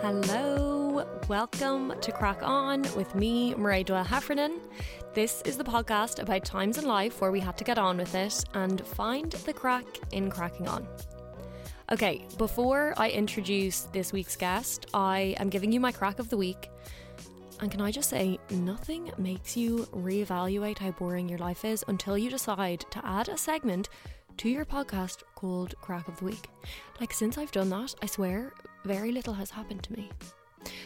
Hello, welcome to Crack On with me, Marie Doyle Heffernan. This is the podcast about times in life where we had to get on with it and find the crack in cracking on. Okay, before I introduce this week's guest, I am giving you my crack of the week. And can I just say, nothing makes you reevaluate how boring your life is until you decide to add a segment to your podcast called Crack of the Week. Like, since I've done that, I swear, very little has happened to me.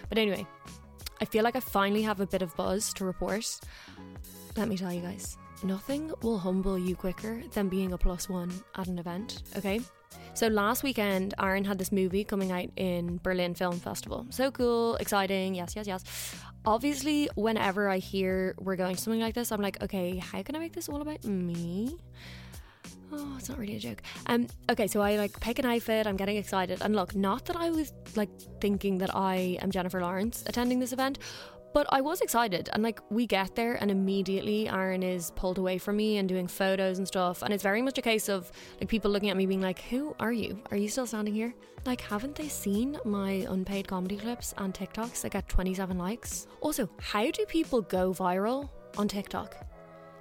But anyway, I feel like I finally have a bit of buzz to report. Let me tell you guys, nothing will humble you quicker than being a plus one at an event, okay? So last weekend, Aaron had this movie coming out in Berlin Film Festival. So cool, exciting, yes, yes, yes. Obviously, whenever I hear we're going to something like this, I'm like, okay, how can I make this all about me? Oh, it's not really a joke. Um, okay, so I like pick an outfit. I'm getting excited, and look, not that I was like thinking that I am Jennifer Lawrence attending this event, but I was excited. And like, we get there, and immediately Aaron is pulled away from me and doing photos and stuff. And it's very much a case of like people looking at me being like, "Who are you? Are you still standing here? Like, haven't they seen my unpaid comedy clips and TikToks that get 27 likes? Also, how do people go viral on TikTok?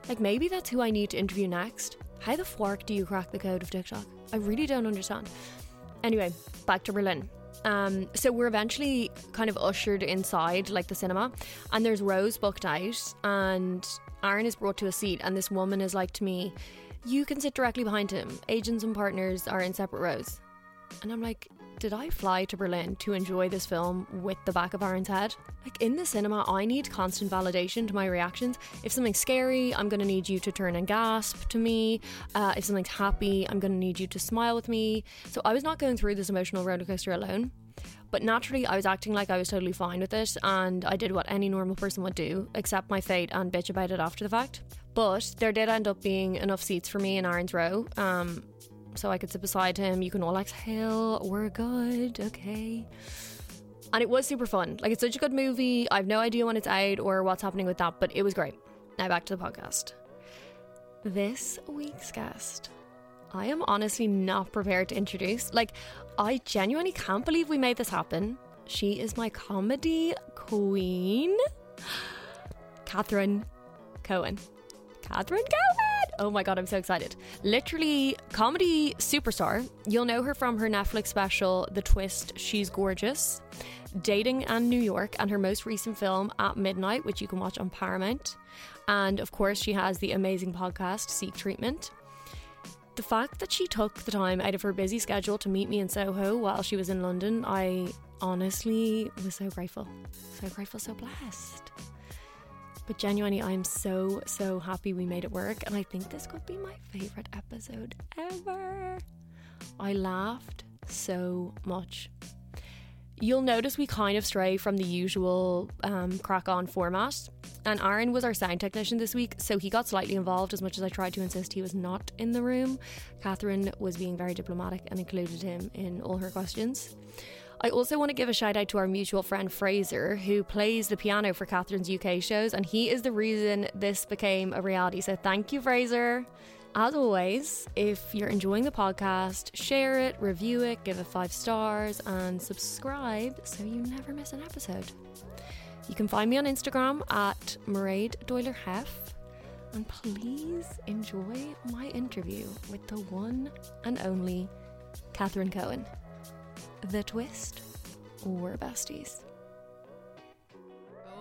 Like maybe that's who I need to interview next. How the fork do you crack the code of TikTok? I really don't understand. Anyway, back to Berlin. Um, so we're eventually kind of ushered inside like the cinema and there's rows booked out and Aaron is brought to a seat and this woman is like to me, you can sit directly behind him. Agents and partners are in separate rows. And I'm like, did I fly to Berlin to enjoy this film with the back of Aaron's head? Like in the cinema, I need constant validation to my reactions. If something's scary, I'm gonna need you to turn and gasp to me. Uh, if something's happy, I'm gonna need you to smile with me. So I was not going through this emotional roller coaster alone. But naturally, I was acting like I was totally fine with it, and I did what any normal person would do, accept my fate and bitch about it after the fact. But there did end up being enough seats for me in Aaron's row. Um, so I could sit beside him. You can all exhale. We're good. Okay. And it was super fun. Like, it's such a good movie. I have no idea when it's out or what's happening with that, but it was great. Now back to the podcast. This week's guest, I am honestly not prepared to introduce. Like, I genuinely can't believe we made this happen. She is my comedy queen, Catherine Cohen. Catherine Cohen! Oh my god, I'm so excited. Literally, comedy superstar. You'll know her from her Netflix special, The Twist She's Gorgeous, Dating and New York, and her most recent film, At Midnight, which you can watch on Paramount. And of course, she has the amazing podcast, Seek Treatment. The fact that she took the time out of her busy schedule to meet me in Soho while she was in London, I honestly was so grateful. So grateful, so blessed. But genuinely, I'm so, so happy we made it work. And I think this could be my favorite episode ever. I laughed so much. You'll notice we kind of stray from the usual um, crack on format. And Aaron was our sound technician this week, so he got slightly involved as much as I tried to insist he was not in the room. Catherine was being very diplomatic and included him in all her questions. I also want to give a shout out to our mutual friend Fraser, who plays the piano for Catherine's UK shows, and he is the reason this became a reality. So thank you, Fraser. As always, if you're enjoying the podcast, share it, review it, give it five stars, and subscribe so you never miss an episode. You can find me on Instagram at Maraid Doyler Hef. And please enjoy my interview with the one and only Catherine Cohen. The twist, we're besties.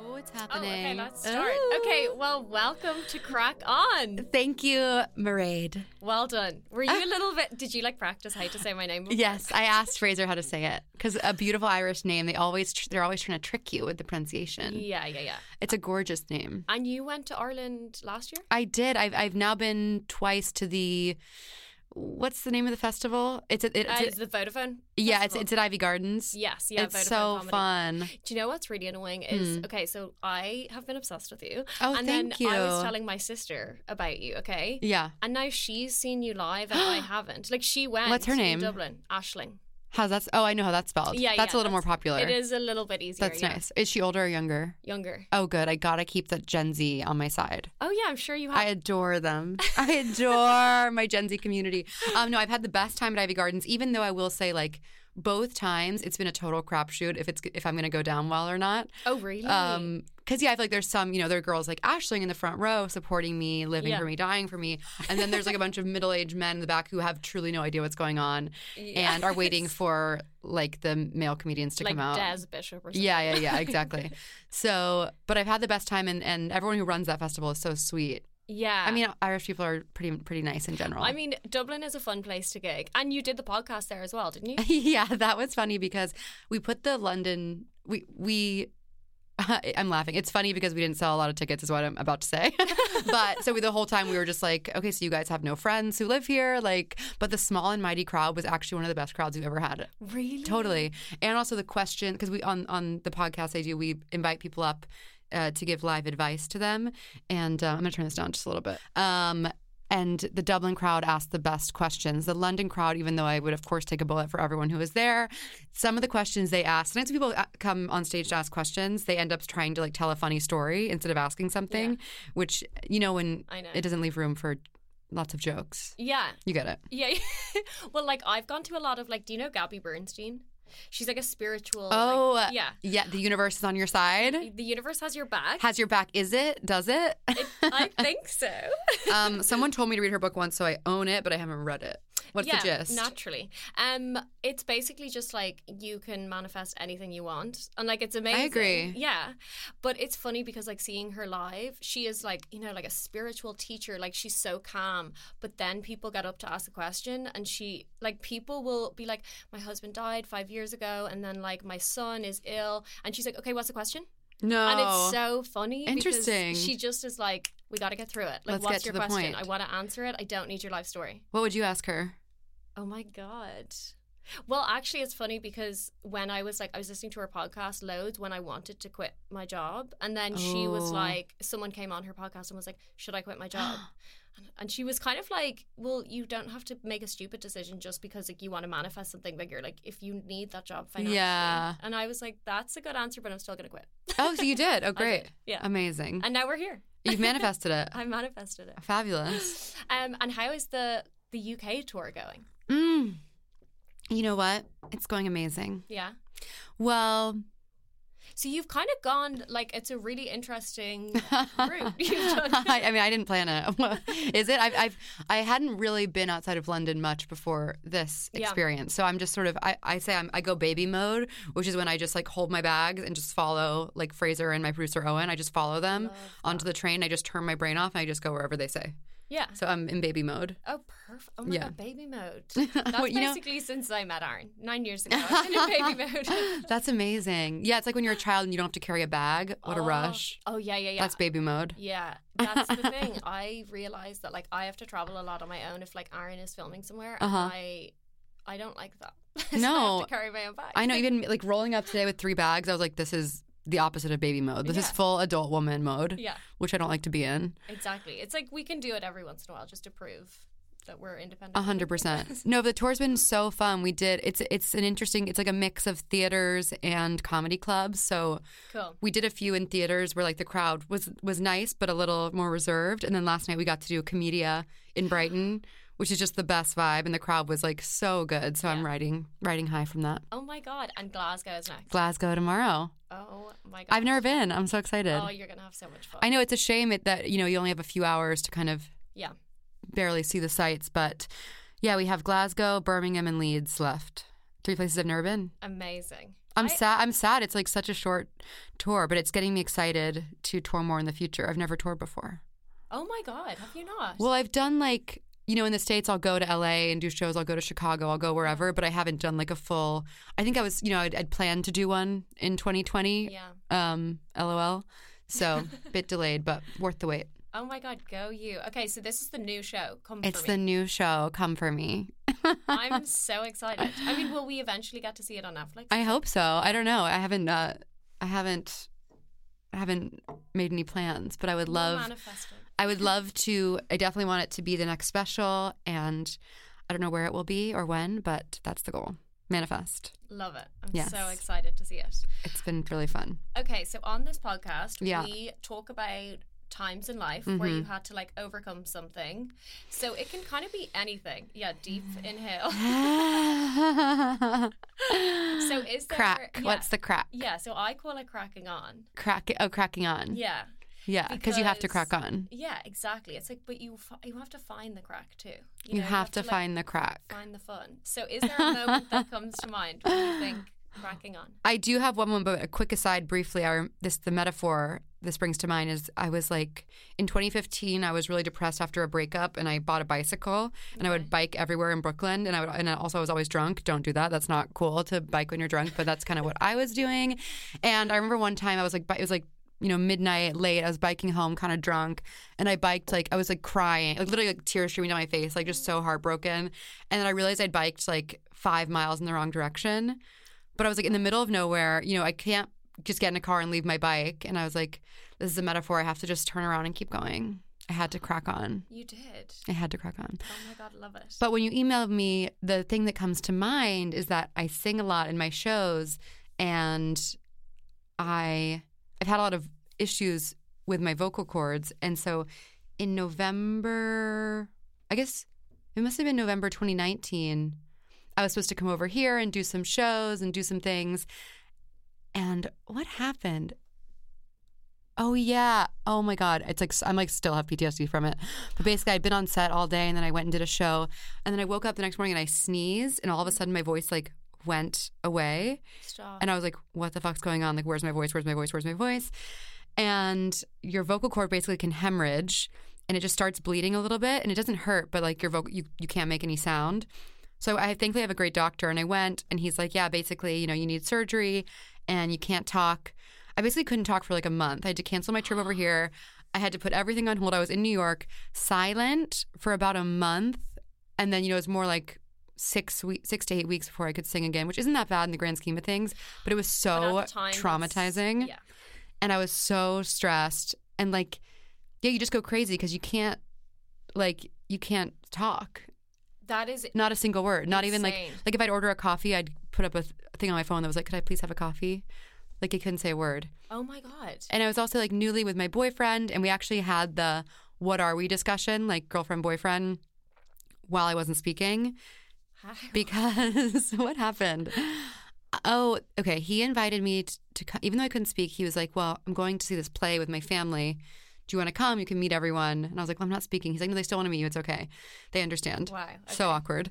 Oh, it's Oh, happening. okay, let's start. Ooh. Okay, well, welcome to Crack On. Thank you, Maraid. Well done. Were you a little bit? Did you like practice how to say my name? before? Yes, I asked Fraser how to say it because a beautiful Irish name. They always tr- they're always trying to trick you with the pronunciation. Yeah, yeah, yeah. It's a gorgeous name. And you went to Ireland last year? I did. I've I've now been twice to the. What's the name of the festival? It's a, it's Uh, a- it's the Vodafone. yeah, it's Festival. it's at Ivy Gardens. Yes, yeah. it's Vodafone so comedy. fun. Hmm. Do you know what's really annoying is okay, so I have been obsessed with you. Oh, and thank then you. I was telling my sister about you, okay? Yeah, And now she's seen you live and I haven't. Like she went What's her in name? Dublin. Ashling. how's that? Oh, I know how that's spelled. Yeah, that's yeah, a little more that's- popular. It is a little bit easier. That's yeah. nice. Is she older or younger? Younger. Oh, good. I gotta keep that Gen Z on my side. Oh yeah, I'm sure you have I adore them. I adore my Gen Z community. Um, no, I've had the best time at Ivy Gardens, even though I will say, like, Both times, it's been a total crapshoot if it's if I'm going to go down well or not. Oh, really? Um, because yeah, I feel like there's some, you know, there are girls like Ashling in the front row supporting me, living Yeah. for me, dying for me, and then there's like a bunch of middle-aged men in the back who have truly no idea what's going on and are waiting Yes. for like the male comedians to like come out. Des Bishop or something. Yeah, yeah, yeah, exactly. so, but I've had the best time, and, and everyone who runs that festival is so sweet. yeah. I mean, Irish people are pretty pretty nice in general. I mean, Dublin is a fun place to gig, and you did the podcast there as well, didn't you? yeah, that was funny because we put the London we we. I'm laughing. It's funny because we didn't sell a lot of tickets, is what I'm about to say. but so we, the whole time we were just like, okay, so you guys have no friends who live here, like. But the small and mighty crowd was actually one of the best crowds we've ever had. Really? Totally. And also the question because we on on the podcast I do we invite people up uh, to give live advice to them, and uh, I'm gonna turn this down just a little bit. Um, and the Dublin crowd asked the best questions. The London crowd, even though I would of course take a bullet for everyone who was there, some of the questions they asked. Sometimes people uh, come on stage to ask questions. They end up trying to like tell a funny story instead of asking something, which you know when I know. it doesn't leave room for lots of jokes. Yeah. You get it. Yeah. well, like I've gone to a lot of like, do you know Gabby Bernstein? She's like a spiritual. Oh, like- uh, yeah. Yeah, the universe is on your side. The universe has your back. has your back is it does it I think so. um someone told me to read her book once so i own it but i haven't read it what's yeah, the gist Naturally. Um, it's basically just like you can manifest anything you want. And like it's amazing. I agree. Yeah. But it's funny because like seeing her live, she is like, you know, like a spiritual teacher. Like she's so calm. But then people get up to ask a question and she like people will be like, My husband died five years ago and then like my son is ill and she's like, Okay, what's the question? no And it's so funny. because Oh, Interesting. She just is like, We gotta get through it. Like Let's what's get your to the question? point. I wanna answer it. I don't need your life story. what would you ask her Oh my god. Well, actually, it's funny because when I was like, I was listening to her podcast loads when I wanted to quit my job, and then she was Oh. like, someone came on her podcast and was like, "Should I quit my job?" And- and she was kind of like, "Well, you don't have to make a stupid decision just because like you want to manifest something bigger. Like if you need that job financially." Yeah. And I was like, "That's a good answer, but I'm still gonna quit." oh so you did oh I great did, Yeah. amazing and now we're here. you've manifested it I manifested it. fabulous Um, and how is the the UK tour going? mm. you know what it's going amazing Yeah. well So you've kind of gone like it's a really interesting Rude. You've done I, I mean, I didn't plan it. Is it? I've, I've I hadn't really been outside of London much before this Yeah. experience, so I'm just sort of I, I say I'm, I go baby mode, which is when I just like hold my bags and just follow like Fraser and my producer Owen. I just follow them onto the train. I just turn my brain off and I just go wherever they say. yeah. So I'm in baby mode. Oh, perfect. Oh my Yeah. god, baby mode. That's Well, you know- basically since I met Aaron nine years ago. I've been in baby mode. That's amazing. Yeah, it's like when you're a child and you don't have to carry a bag. What a Oh. rush. Oh yeah, yeah, yeah. That's baby mode. yeah, that's the thing. I realized that like I have to travel a lot on my own if like Aaron is filming somewhere, and Uh-huh. I, I don't like that. So I No. have to carry my own bag. I know, even like rolling up today with three bags, I was like, this is the opposite of baby mode. This is Yeah. full adult woman mode, Yeah, which I don't like to be in. exactly. It's like we can do it every once in a while just to prove that we're independent. A hundred percent. No, the tour's been so fun. We did. It's it's an interesting. It's like a mix of theaters and comedy clubs. So Cool. we did a few in theaters where like the crowd was was nice but a little more reserved. And then last night we got to do Comedia in Brighton, which is just the best vibe. And the crowd was like so good. So I'm riding riding high from that. Oh my god, and Glasgow is next. Glasgow tomorrow. Oh my god, I've never been. I'm so excited. Oh, you're gonna have so much fun. I know it's a shame it, that you know you only have a few hours to kind of yeah. barely see the sights, but yeah, we have Glasgow, Birmingham, and Leeds left. Three places I've never been. Amazing. I'm I- sad. I'm sad. It's like such a short tour, but it's getting me excited to tour more in the future. I've never toured before. Oh my god, have you not? Well, I've done like you know in the states I'll go to LA and do shows. I'll go to Chicago. I'll go wherever, but I haven't done like a full. I think I was you know I'd, I'd planned to do one in 2020. yeah. Um, lol. So bit delayed, but worth the wait. Oh my god, go you. Okay, so this is the new show. Come It's for the me. new show. Come for me. I'm so excited. I mean, will we eventually get to see it on Netflix? I hope so. I don't know. I haven't. Uh, I haven't. I haven't made any plans, but I would We'll love. manifest it. I would love to. I definitely want it to be the next special, and I don't know where it will be or when, but that's the goal. Manifest. Love it. I'm Yes. so excited to see it. It's been really fun. Okay, so on this podcast, Yeah. Mm-hmm. we talk about times in life where you had to like overcome something. So it can kind of be anything. Yeah, deep inhale. So is there crack. yeah, What's the crack? yeah? So I call it cracking on. Crack. Oh, cracking on. Yeah, Yeah, because you have to because- crack on. yeah, exactly. It's like, but you fi- you have to find the crack too. You, have, to, like, find the crack. find the fun. So is there a moment that comes to mind when you think cracking on? I do have one one, but a quick aside briefly. Our this the metaphor this brings to mind is I was like in 2015 I was really depressed after a breakup and I bought a bicycle and I would bike everywhere in Brooklyn and I would and I also I was always drunk. Don't do that. That's not cool to bike when you're drunk, but that's kind of what I was doing. And I remember one time I was like bi- it was like you know midnight late i was biking home kind of drunk and i biked like i was like crying like literally like tears streaming down my face like just so heartbroken and then i realized i'd biked like five miles in the wrong direction but I was like in the middle of nowhere, you know, I can't just get in a car and leave my bike. And I was like, this is a metaphor. I have to just turn around and keep going. I had to crack on. You did. I had to crack on. Oh my god, love it. But when you emailed me, the thing that comes to mind is that I sing a lot in my shows and I I've had a lot of issues with my vocal cords. And so in November, I guess it must have been November 2019, I was supposed to come over here and do some shows and do some things. And what happened? Oh yeah. Oh my god. It's like I'm like still have PTSD from it. But basically I'd been on set all day and then I went and did a show and then I woke up the next morning and I sneezed and all of a sudden my voice like went away Stop. and I was like what the fuck's going on? Like where's my voice? Where's my voice? Where's my voice? And your vocal cord basically can hemorrhage and it just starts bleeding a little bit and it doesn't hurt but like your vocal you, you can't make any sound. So I thankfully have a great doctor, and I went, and he's like, "Yeah, basically, you know, you need surgery, and you can't talk." I basically couldn't talk for like a month. I had to cancel my trip over here. I had to put everything on hold. I was in New York, silent for about a month, and then you know it was more like six we- six to eight weeks before I could sing again, which isn't that bad in the grand scheme of things, but it was But so at the time, that's- traumatizing Yeah. and I was so stressed and like yeah, you just go crazy because you can't like you can't talk. That is Not a single word. Not even like Insane. like if I'd order a coffee, I'd put up a th- thing on my phone that was like, "Could I please have a coffee?" Like I couldn't say a word. oh my god. And I was also like newly with my boyfriend, and we actually had the "What are we?" discussion, like girlfriend boyfriend, while I wasn't speaking because what happened? Oh, okay. He invited me to, to co- even though I couldn't speak. He was like, "Well, I'm going to see this play with my family. Do you want to come? You can meet everyone." And I was like, "Well, I'm not speaking." He's like, "No, they still want to meet you. It's okay. They understand." Wow. So awkward.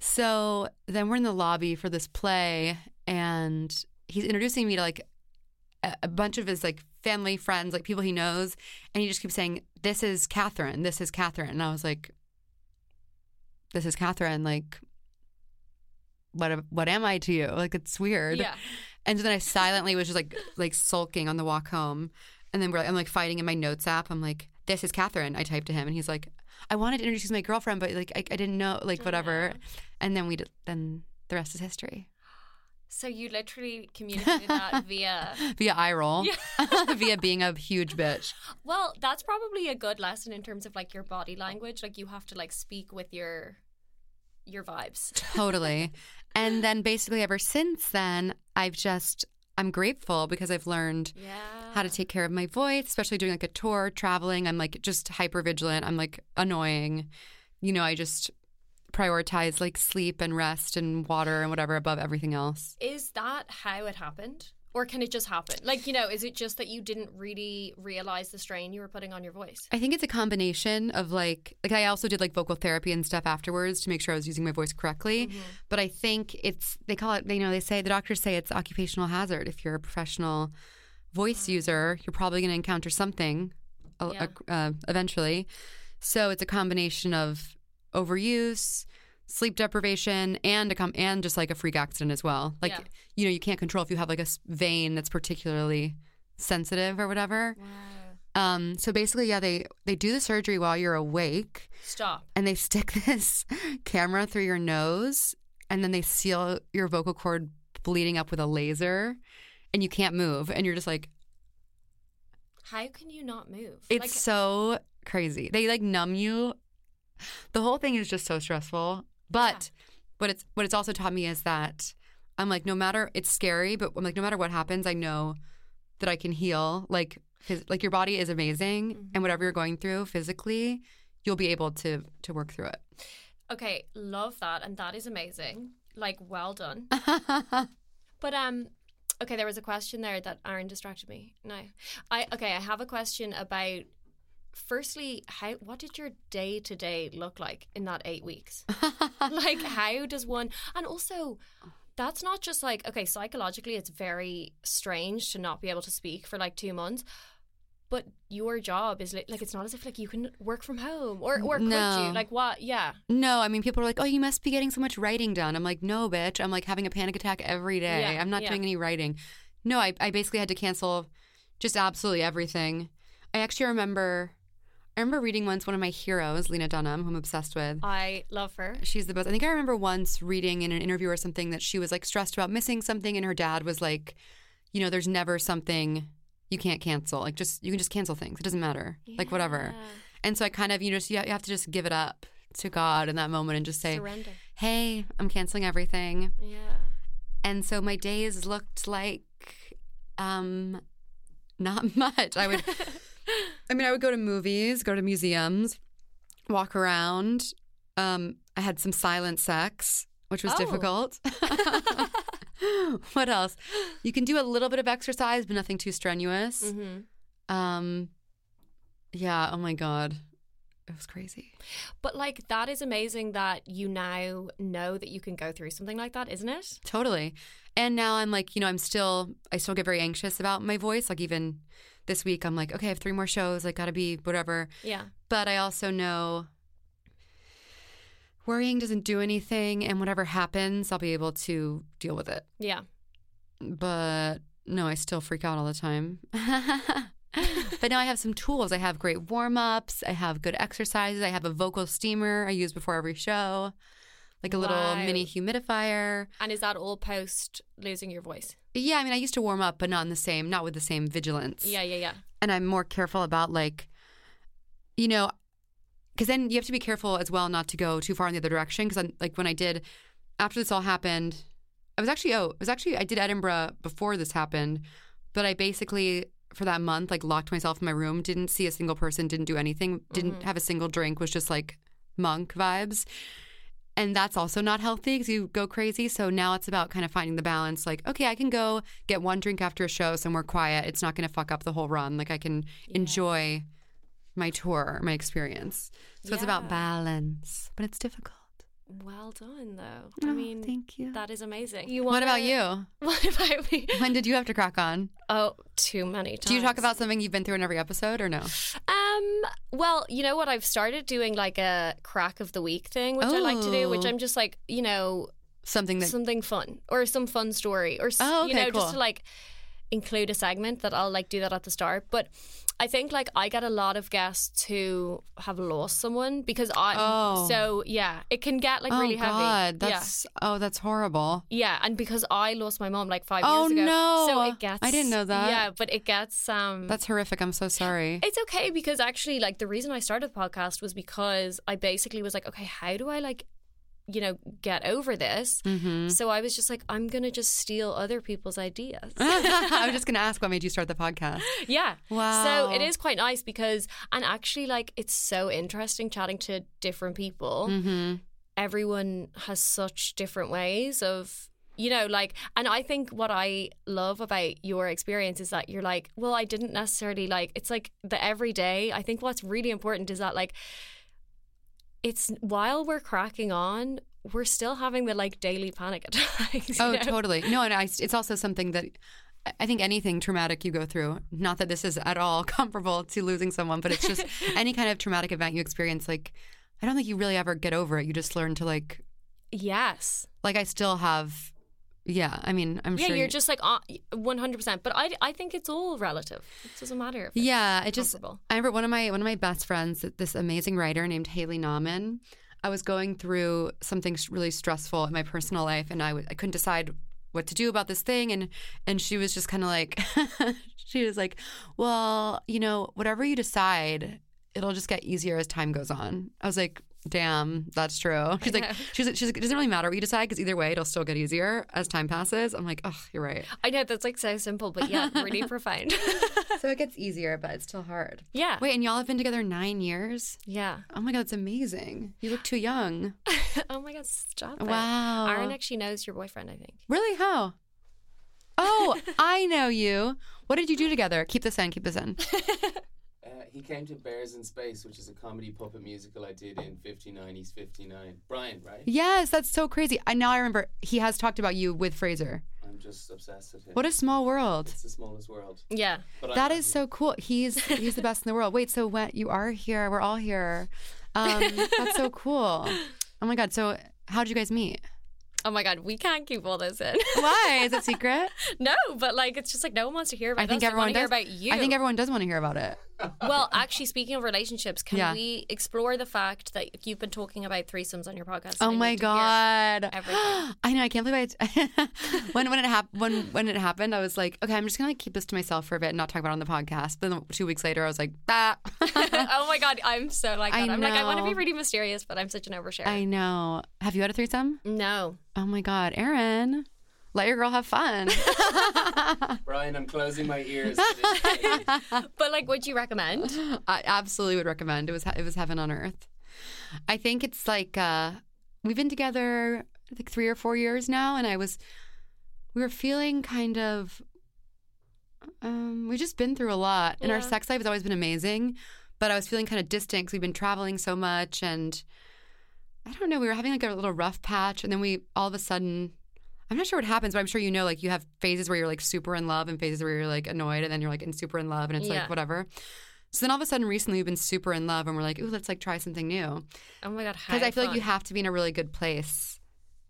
So then we're in the lobby for this play, and he's introducing me to like a, a bunch of his like family friends, like people he knows, and he just keeps saying, "This is Catherine. This is Catherine." And I was like, "This is Catherine. Like, what? am- What am I to you? Like, it's weird." Yeah. And so then I silently was just like like sulking on the walk home. And then we're like, I'm like fighting in my notes app. I'm like, this is Catherine. I typed to him, and he's like, I wanted to introduce you to my girlfriend, but like I, I didn't know, like whatever. And then we d- then the rest is history So you literally communicated that via. via eye roll, via being a huge bitch. Well, that's probably a good lesson in terms of like your body language. Like you have to like speak with your your vibes. totally. And then basically ever since then, I've just I'm grateful because I've learned Yeah. how to take care of my voice, especially doing like a tour, traveling. I'm like just hyper vigilant. I'm like annoying. You know, I just prioritize like sleep and rest and water and whatever above everything else. Is that how it happened? Or can it just happen? Like, you know, is it just that you didn't really realize the strain you were putting on your voice? I think it's a combination of like like I also did like vocal therapy and stuff afterwards to make sure I was using my voice correctly. Mm-hmm. But I think it's they call it they you know they say the doctors say it's occupational hazard. If you're a professional voice user, you're probably going to encounter something uh, Mm-hmm. Yeah. uh, eventually. So it's a combination of overuse, sleep deprivation, and a com- and just like a freak accident as well. Like Yeah. you know you can't control if you have like a s- vein that's particularly sensitive or whatever. Um, so basically, yeah, they they do the surgery while you're awake, Stop. and they stick this camera through your nose, and then they seal your vocal cord bleeding up with a laser, and you can't move, and you're just like, How can you not move? it's like, so crazy. They like numb you. The whole thing is just so stressful. But what it's what it's also taught me is that I'm like, no matter it's scary, but I'm like, no matter what happens, I know that I can heal. Like phys- like your body is amazing, and whatever you're going through physically, you'll be able to to work through it. Okay, love that, and that is amazing. Like, well done. but um, okay, there was a question there that Aaron distracted me. No, I okay, I have a question about. Firstly, how what did your day to day look like in that eight weeks? like, how does one? And also, that's not just like okay, psychologically, it's very strange to not be able to speak for like two months. But your job is li- like it's not as if like you can work from home or or could No. you like what? Yeah, No, I mean people are like, "Oh, you must be getting so much writing done." I'm like, "No, bitch. I'm like having a panic attack every day. Yeah, I'm not yeah. doing any writing." No, I I basically had to cancel just absolutely everything. I actually remember I remember reading once one of my heroes, Lena Dunham, who I'm obsessed with. I love her. She's the best. I think I remember once reading in an interview or something that she was like stressed about missing something, and her dad was like, you know, there's never something you can't cancel. Like, just you can just cancel things. It doesn't matter. Like, whatever. Yeah. And so I kind of, you just, you have to just give it up to God in that moment and just say, Surrender. hey, I'm canceling everything. Yeah. And so my days looked like, um, not much. I would, I mean, I would go to movies, go to museums, walk around. Um, I had some silent sex, which was Oh. difficult. what else? You can do a little bit of exercise, but nothing too strenuous. Mm-hmm. Um, yeah. Oh my god, it was crazy. But like that is amazing that you now know that you can go through something like that, isn't it? Totally. And now I'm like, you know, I'm still, I still get very anxious about my voice. Like even this week, I'm like, okay, I have three more shows. I gotta be whatever. Yeah. But I also know worrying doesn't do anything, and whatever happens, I'll be able to deal with it. Yeah. But no, I still freak out all the time. but now I have some tools. I have great warm ups. I have good exercises. I have a vocal steamer I use before every show, like a little Wow. mini humidifier. And is that all post losing your voice? Yeah, I mean, I used to warm up, but not in the same, not with the same vigilance. Yeah, yeah, yeah. and I'm more careful about like, you know, because then you have to be careful as well not to go too far in the other direction. Because like when I did after this all happened, I was actually oh, it was actually I did Edinburgh before this happened, but I basically for that month like locked myself in my room, didn't see a single person, didn't do anything, didn't Mm-hmm. have a single drink, was just like monk vibes. And that's also not healthy because you go crazy. So now it's about kind of finding the balance. Like, okay, I can go get one drink after a show somewhere quiet. It's not going to fuck up the whole run. Like, I can enjoy my tour, my experience. So it's Yeah. about balance, but it's difficult. Well done though. I Oh, mean thank you. that is amazing. You What wanna- about you? What about me? When did you have to crack on? Oh, too many times. Do you talk about something you've been through in every episode or no? Um. Well, you know what? I've started doing like a crack of the week thing, which I like to do. Which Oh. I'm just like, you know, Something that. something fun or some fun story or s Oh, you okay, know just cool. to like include a segment that I'll like do that at the start but I think like I get a lot of guests who have lost someone because I Oh. so yeah it can get like oh really heavy God, Yeah. that's oh, that's horrible. yeah and because I lost my mom like five Oh, years ago no. so it gets I didn't know that. yeah but it gets um That's horrific. I'm so sorry. it's okay because actually, like, the reason I started the podcast was because I basically was like, okay, how do I, like, you know, get over this? So I was just like, I'm going to just steal other people's ideas. I was just gonna ask what made you start the podcast. yeah. Wow. So it is quite nice because, and actually, like, it's so interesting chatting to different people. Mm-hmm. Everyone has such different ways of, you know, like, and I think what I love about your experience is that you're like, well, I didn't necessarily like, it's like the everyday. I think what's really important is that, like, it's while we're cracking on, we're still having the like daily panic attacks. you Oh, know? totally. No, and I, it's also something that I- I think anything traumatic you go through, not that this is at all comparable to losing someone, but it's just any kind of traumatic event you experience, like, I don't think you really ever get over it. You just learn to, like, Yes. like, I still have, yeah, I mean, I'm Yeah, sure. you're you- just like uh, 100%. But I, I think it's all relative. It doesn't matter. If it's Yeah, it just comparable. I remember one of my one of my best friends, this amazing writer named Haley Nauman. I was going through something s- really stressful in my personal life, and I w- I couldn't decide what to do about this thing, and and she was just kind of like, she was like, well, you know, whatever you decide, it'll just get easier as time goes on. I was like, Damn, that's true. She's like, know. she's like, she's like, it doesn't really matter what you decide because either way, it'll still get easier as time passes. I'm like, oh, you're right. I know that's like so simple, but yeah, really profound. so it gets easier, but it's still hard. Yeah. Wait, and y'all have been together nine years? Yeah. Oh my God, it's amazing. You look too young. oh my god, stop it. Wow. Aaron actually knows your boyfriend, I think. Really? How? Oh, I know you. What did you do together? Keep this in, keep this in. Uh, he came to Bears in Space, which is a comedy puppet musical I did in 59. He's 59. Brian, right? Yes, that's so crazy. I now I remember he has talked about you with Fraser. I'm just obsessed with him. What a small world. It's the smallest world. Yeah. But I'm That happy. is so cool. He's he's the best in the world. Wait, so when you are here, we're all here. Um, that's so cool. Oh my god. So how'd you guys meet? Oh my god, we can't keep all this in. Why is it secret? no, but like it's just like no one wants to hear about I think us. They everyone wanna hear does. about you. I think everyone does want to hear about it. well, actually speaking of relationships, can Yeah. we explore the fact that you've been talking about threesomes on your podcast? Oh I my need to hear god! everything. I know. I can't believe I. when when it happened when when it happened, I was like, okay, I'm just gonna like, keep this to myself for a bit and not talk about it on the podcast. But then two weeks later, I was like, ah. oh my god, I'm so like I that. I'm like I want to know. be really mysterious, but I'm such an oversharer. I know. Have you had a threesome? no. Oh my god, Erin, let your girl have fun. Brian, I'm closing my ears. to this day. But like would you recommend? I absolutely would recommend. It was it was heaven on earth. I think it's like uh, we've been together like three or four years now, and I was we were feeling kind of um, we've just been through a lot, and our Yeah. sex life has always been amazing, but I was feeling kind of distant because we've been traveling so much, and I don't know. We were having like a little rough patch, and then we all of a sudden. I'm not sure what happens, but I'm sure you know, like, you have phases where you're like super in love and phases where you're like annoyed, and then you're like in super in love, and it's Yeah. like whatever. So then all of a sudden, recently we've been super in love, and we're like, ooh, let's like try something new. Oh my god, Because how I feel like you fun. have to be in a really good place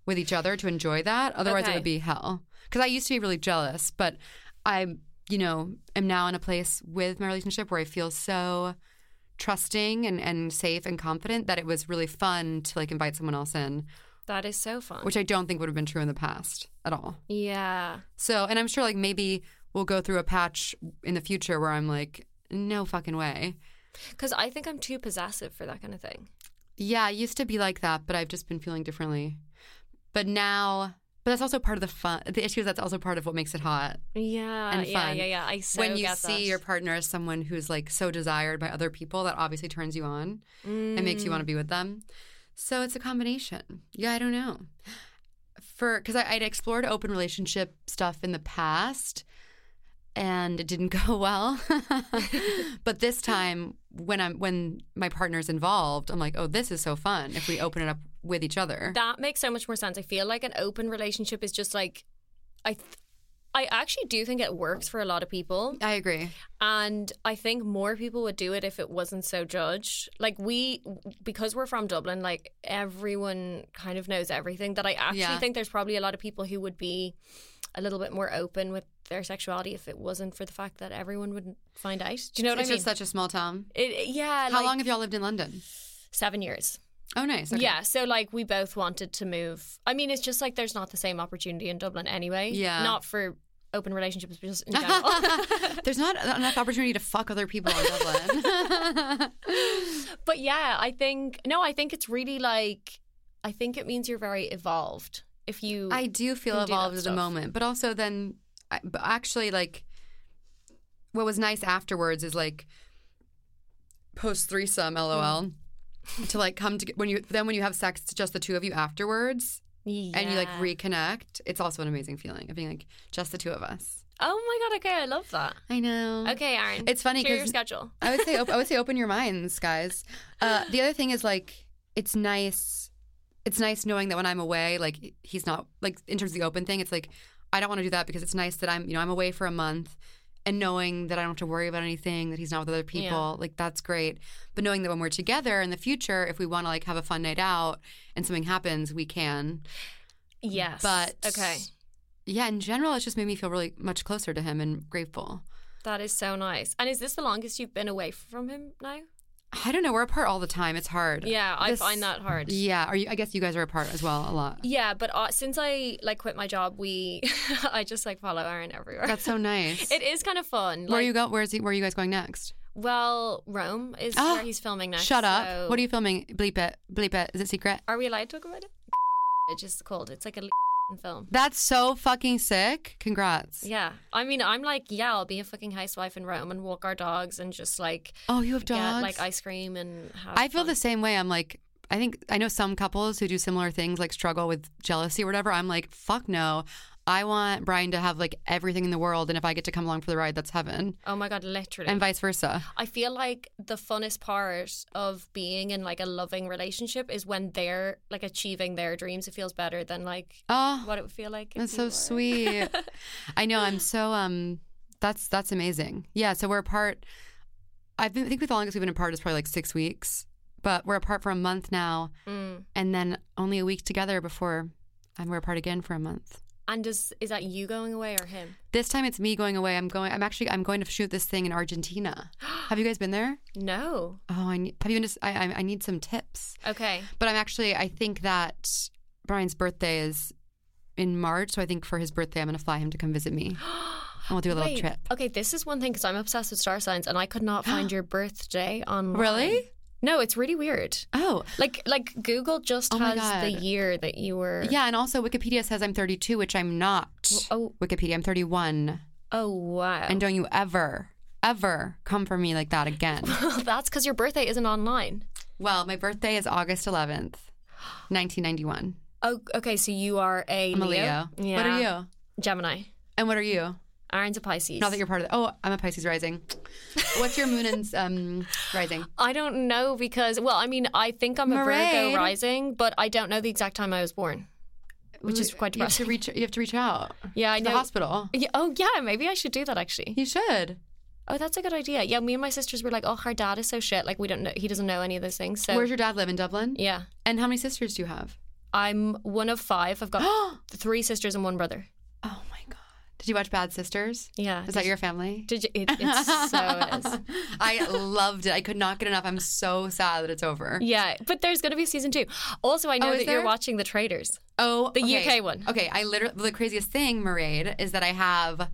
with each other to enjoy that. Otherwise, it Okay. would be hell. Because I used to be really jealous, but I, you know, am now in a place with my relationship where I feel so trusting and, and safe and confident that it was really fun to like invite someone else in, That is so fun. which I don't think would have been true in the past at all. yeah. So, and I'm sure like maybe we'll go through a patch in the future where I'm like, no fucking way. Because I think I'm too possessive for that kind of thing. Yeah, I used to be like that, but I've just been feeling differently. But now, but that's also part of the fun. The issue is that's also part of what makes it hot. Yeah, And yeah, fun. yeah, yeah. I so when you get see that. your partner as someone who's like so desired by other people, that obviously turns you on Mm. and makes you want to be with them. So it's a combination. Yeah, I don't know. For because I'd explored open relationship stuff in the past, and it didn't go well. but this time, when I'm when my partner's involved, I'm like, oh, this is so fun if we open it up with each other. that makes so much more sense. I feel like an open relationship is just like, I, th- I actually do think it works for a lot of people, I agree. and I think more people would do it if it wasn't so judged. Like we, because we're from Dublin, like everyone kind of knows everything. That I actually Yeah. think there's probably a lot of people who would be a little bit more open with their sexuality if it wasn't for the fact that everyone would find out. Do you know what it's I mean? just such a small town. it, yeah. How like, long have y'all lived in London? Seven years. Oh, nice. Okay. Yeah, so like we both wanted to move. I mean, it's just like there's not the same opportunity in Dublin anyway. Yeah. Not for open relationships, but just in general. There's not enough opportunity to fuck other people in Dublin. but yeah, I think, no, I think it's really like, I think it means you're very evolved if you. I do feel Can do that evolved at the stuff. moment, but also then, I, but actually, like, what was nice afterwards is like post Mm. threesome, lol. to like come to when you then when you have sex to just the two of you afterwards and you like Yeah. reconnect, it's also an amazing feeling of being like just the two of us. Oh my God, okay, I love that. I know. Okay, Aaron. It's funny Share your 'cause- schedule. I would say op- I would say open your minds, guys. Uh, the other thing is like it's nice. It's nice knowing that when I'm away, like he's not like in terms of the open thing. It's like I don't want to do that because it's nice that I'm you know I'm away for a month and knowing that I don't have to worry about anything that he's not with other people. Yeah. Like that's great. But knowing that when we're together in the future, if we want to like have a fun night out and something happens, we can. Yes. But Okay. Yeah, in general, it's just made me feel really much closer to him and grateful. That is so nice. And is this the longest you've been away from him now? I don't know. We're apart all the time. It's hard. Yeah, I This- find that hard. Yeah, or you, I guess you guys are apart as well a lot. Yeah, but uh, since I like quit my job, we I just like follow Aaron everywhere. That's so nice. It is kind of fun. where are like- you go? Where's he, where are you guys going next? Well, Rome is Ah, where he's filming next. Shut up. so- What are you filming? Bleep it. Bleep it. Is it secret? Are we allowed to talk about it? It's just called. It's like a film. That's so fucking sick. Congrats. Yeah, I mean, I'm like, yeah, I'll be a fucking housewife in Rome and walk our dogs and just like Oh, you have dogs. get like ice cream and. Have I feel fun. the same way. I'm like, I think I know some couples who do similar things, like struggle with jealousy or whatever. I'm like, fuck no. I want Brian to have like everything in the world, and if I get to come along for the ride, that's heaven, Oh my god, literally. and vice versa. I feel like the funnest part of being in like a loving relationship is when they're like achieving their dreams. It feels better than like Oh, what it would feel like. if that's you so were- sweet. I know. I'm so um. That's that's amazing. Yeah. So we're apart. I've been, I think the longest we've been apart is probably like six weeks, but we're apart for a month now, Mm. and then only a week together before, and we're apart again for a month. And does is that you going away or him? This time it's me going away. I'm going. I'm actually. I'm going to shoot this thing in Argentina. have you guys been there? No. Oh, I need, have you been? To, I, I I need some tips. Okay. But I'm actually. I think that Brian's birthday is in March, so I think for his birthday I'm going to fly him to come visit me, and we'll do a little Wait, oh trip. Okay, this is one thing because I'm obsessed with star signs and I could not find your birthday online. Really? No, it's really weird. Oh, Like like Google just Oh my has the God. year that you were. yeah. And also Wikipedia says I'm 32, which I'm not. Oh Wikipedia, I'm 31, oh wow. and don't you ever, ever come for me like that again. That's because your birthday isn't online. well, my birthday is August 11th, 1991. Oh, okay. So you are a I'm a Leo. Leo. What are you? Gemini. And what are you? Aaron's a Pisces. Not that you're part of the. Oh, I'm a Pisces rising. What's your moon and um, rising? I don't know because, well, I mean, I think I'm a Mairead. Virgo rising, but I don't know the exact time I was born, which is quite You have to depressing. reach. You have to reach out. Yeah, I to the know. hospital. Yeah, oh, yeah, maybe I should do that actually. You should. Oh, that's a good idea. Yeah, me and my sisters were like, oh, her dad is so shit. Like, we don't know, he doesn't know any of those things. So, Where's your dad live in Dublin? yeah. And how many sisters do you have? I'm one of five. I've got oh three sisters and one brother. my god! Did you watch Bad Sisters? Yeah. Is that your family? Did you, it, it's so it is. I loved it. I could not get enough. I'm so sad that it's over. Yeah, but there's going to be season two. Also, I know Oh, is that there? you're watching The Traders. Oh, The okay. UK one. Okay, I literally the craziest thing, Mairead, is that I have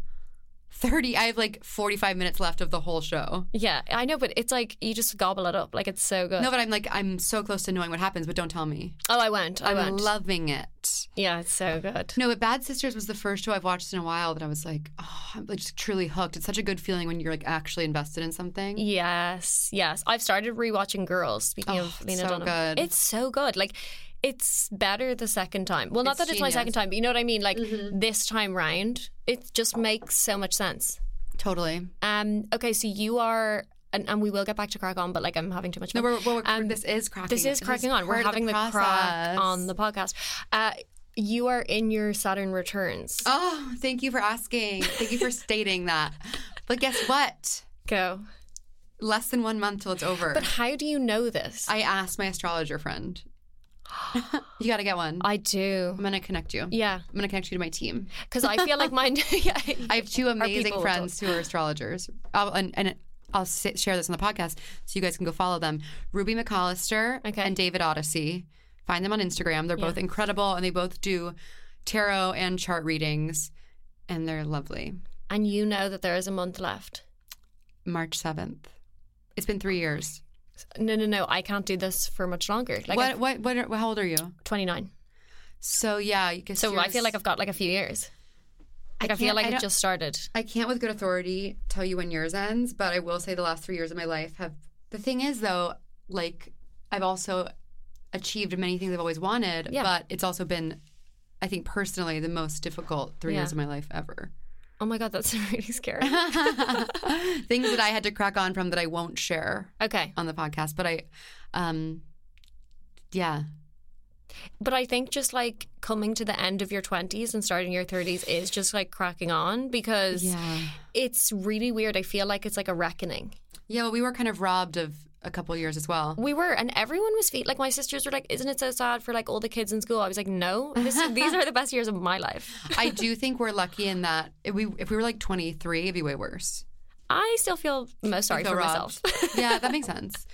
thirty. I have like forty-five minutes left of the whole show. Yeah, I know, but it's like you just gobble it up. Like, it's so good. No, but I'm like I'm so close to knowing what happens, but don't tell me. oh, I won't. I I'm won't. loving it. Yeah, it's so good. No, but Bad Sisters was the first show I've watched in a while that I was like, oh, I'm like, just truly hooked. It's such a good feeling when you're like actually invested in something. Yes, yes. I've started rewatching Girls. Speaking Oh, of it's Lena so Dunham, good. it's so good. Like, it's better the second time. Well, not It's that it's my genius. Mm-hmm. second time, but you know what I mean. Like this time round, it just makes so much sense. Totally. Um. Okay, so you are, and, and we will get back to crack on, but like I'm having too much. No, Fun. we're, we're, Um, this is cracking. this is cracking on. We're part of having the, process. crack on the podcast. Uh, you are in your Saturn returns. Oh, thank you for asking. Thank you for stating that. But guess what? Go. Less than one month till it's over. But how do you know this? I asked my astrologer friend. you got to get one. I do. I'm gonna connect you. Yeah, I'm gonna connect you to my team. because I feel like mine. yeah. I have two amazing people will friends who are astrologers, I'll, and, and I'll s share this on the podcast so you guys can go follow them. Ruby McAllister Okay. and David Odyssey. Find them on Instagram. They're both incredible, and they both do tarot and chart readings, and they're lovely. and you know that there is a month left. March seventh. It's been three years. No, no, no. I can't do this for much longer. Like what, I'm what? What? Are, how old are you? 29. So yeah, you So I feel like I've got like a few years. Like I, feel can't- like I it don't- just started. I can't with good authority tell you when yours ends, but I will say the last three years of my life have. The thing is, though, like I've also achieved many things I've always wanted, Yeah. but it's also been, I think personally, the most difficult three Yeah. years of my life ever. Oh my god, that's really scary. things that I had to crack on from that I won't share okay, on the podcast, but I, um, yeah, but I think just like coming to the end of your 20s and starting your 30s is just like cracking on because yeah, it's really weird. I feel like it's like a reckoning. yeah. Well, we were kind of robbed of a couple years as well. We were, and everyone was fe- like my sisters were like, "Isn't it so sad for like all the kids in school?" I was like, "No, this, these are the best years of my life." I do think we're lucky in that if we if we were like 23, it'd be way worse. I still feel most sorry feel for robbed. myself. yeah, that makes sense.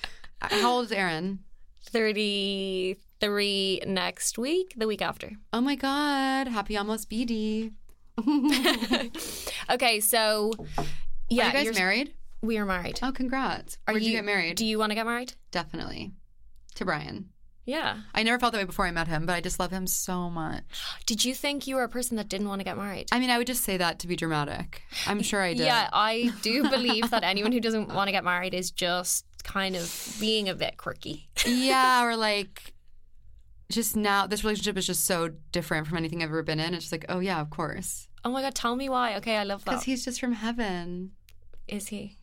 Uh, How old is Aaron? 33 next week, the week after. Oh my God. Happy almost BD. Okay, so yeah, Are you guys you're- married? We are married. Oh, congrats. Where'd you, get married? Do you want to get married? Definitely. To Brian. Yeah. I never felt that way before I met him, but I just love him so much. Did you think you were a person that didn't want to get married? I mean, I would just say that to be dramatic. I'm sure I did. Yeah, I do believe that anyone who doesn't want to get married is just kind of being a bit quirky. yeah, or like just now this relationship is just so different from anything I've ever been in. It's just like, oh yeah, of course. Oh my god, tell me why. Okay, I love Because that. he's just from heaven. is he?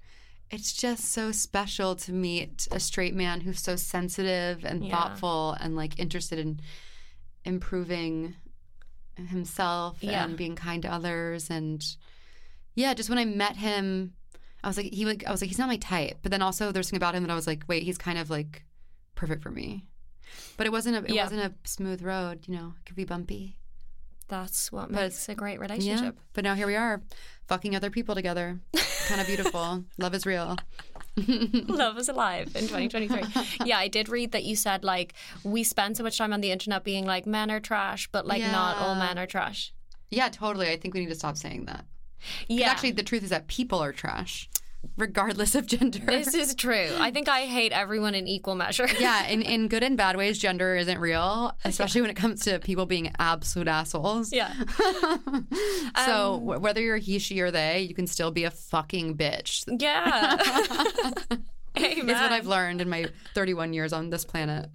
It's just so special to meet a straight man who's so sensitive and Yeah. thoughtful and like interested in improving himself Yeah. and being kind to others and yeah, just when I met him, I was like he like I was like he's not my type, but then also there's something about him that I was like, wait, he's kind of like perfect for me. But it wasn't a it Yeah. wasn't a smooth road, you know. It could be bumpy. That's what But makes a great relationship. But now here we are, fucking other people together. kind of beautiful. Love is real. Love is alive in 2023. yeah, I did read that you said like we spend so much time on the internet being like men are trash, but like not all Yeah. men are trash. Yeah, totally. I think we need to stop saying that. 'Cause Yeah. Actually, the truth is that people are trash, regardless of gender. this is true. I think I hate everyone in equal measure. yeah, in, in good and bad ways, gender isn't real, especially when it comes to people being absolute assholes. yeah. so w- whether you're he, she, or they, you can still be a fucking bitch. Yeah. Amen. Is what I've learned in my 31 years on this planet.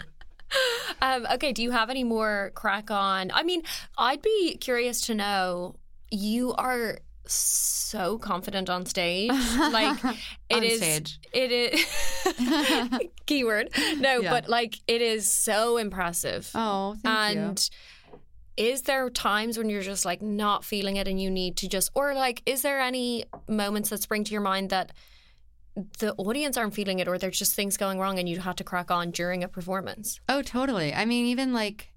Um, okay, do you have any more crack on? I mean, I'd be curious to know. You are so confident on stage. Like it On is. stage. It is keyword. No, Yeah. but like it is so impressive. Oh, thank you. and is there times when you're just like not feeling it and you need to just or like is there any moments that spring to your mind that the audience aren't feeling it or there's just things going wrong and you had to crack on during a performance? Oh, totally. I mean, even like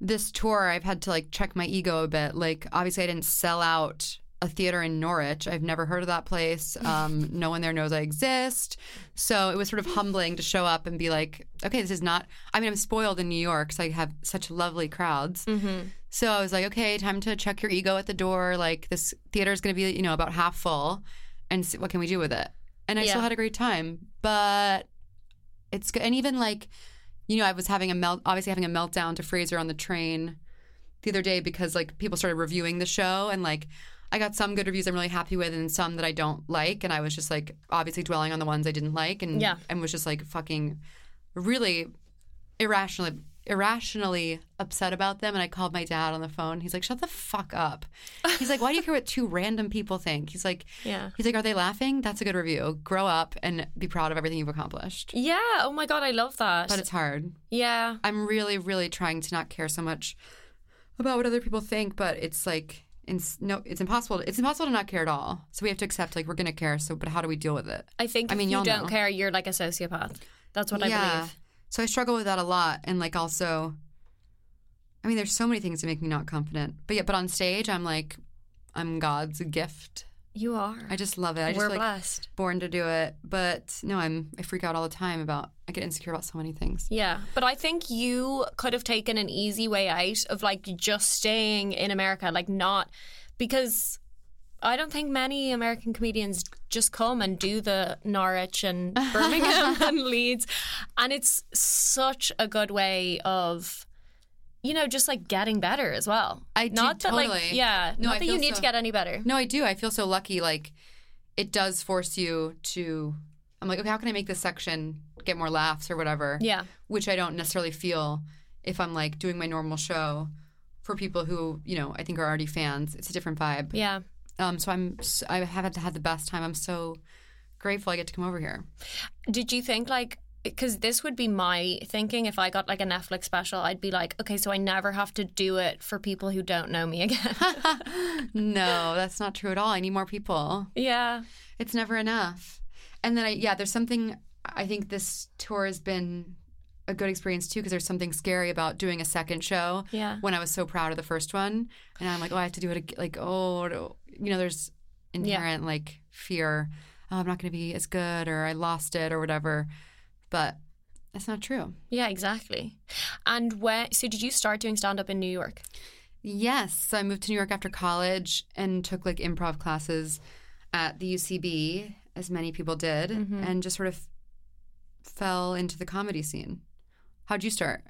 this tour, I've had to like check my ego a bit. Like, obviously, I didn't sell out a theater in Norwich. I've never heard of that place. Um, no one there knows I exist. So it was sort of humbling to show up and be like, okay, this is not. I mean, I'm spoiled in New York because I have such lovely crowds. So I was like, okay, time to check your ego at the door. Like, this theater is going to be, you know, about half full. And see, what can we do with it? And I Yeah. still had a great time. But it's good. And even like, you know, I was having a melt, obviously having a meltdown to Fraser on the train the other day because like people started reviewing the show and like I got some good reviews I'm really happy with and some that I don't like and I was just like obviously dwelling on the ones I didn't like and Yeah. and was just like fucking really irrationally irrationally upset about them and I called my dad on the phone. He's like, "Shut the fuck up." He's like, "Why do you care what two random people think?" He's like, Yeah. He's like, "Are they laughing? That's a good review. Grow up and be proud of everything you've accomplished." Yeah. Oh my god, I love that. But it's hard. yeah. I'm really, really trying to not care so much about what other people think, but it's like, it's, no, it's impossible. It's impossible to not care at all. So we have to accept, like, we're gonna care. So, but how do we deal with it? I think I if mean, you y'all don't know. care, you're like a sociopath. That's what I believe. So I struggle with that a lot, and like also, I mean, there's so many things that make me not confident. But yeah, but on stage, I'm like, I'm God's gift. You are. I just love it. I just We're feel like blessed. born to do it. But no, I'm I freak out all the time about. I get insecure about so many things. Yeah. But I think you could have taken an easy way out of like just staying in America, like not because I don't think many American comedians just come and do the Norwich and Birmingham and Leeds. And it's such a good way of you know, just like getting better as well. I do, not that like totally. yeah, No, not I that you feel need so. to get any better. No, I do. I feel so lucky. Like, it does force you to. I'm like, okay, how can I make this section get more laughs or whatever? Yeah. Which I don't necessarily feel if I'm like doing my normal show for people who, you know, I think are already fans. It's a different vibe. Yeah. Um, so I'm, s- I have had had the best time. I'm so grateful I get to come over here. Did you think like because this would be my thinking if I got like a Netflix special, I'd be like, okay, so I never have to do it for people who don't know me again. no, that's not true at all. I need more people. yeah. It's never enough. And then I yeah, there's something I think this tour has been a good experience too because there's something scary about doing a second show. Yeah. When I was so proud of the first one, and I'm like, oh, I have to do it again. Like, oh, no. you know, there's inherent like fear. Oh, I'm not going to be as good, or I lost it, or whatever. But that's not true. Yeah, exactly. And when so did you start doing stand up in New York? Yes. So I moved to New York after college and took like improv classes at the UCB as many people did, Mhm. and just sort of fell into the comedy scene. How'd you start?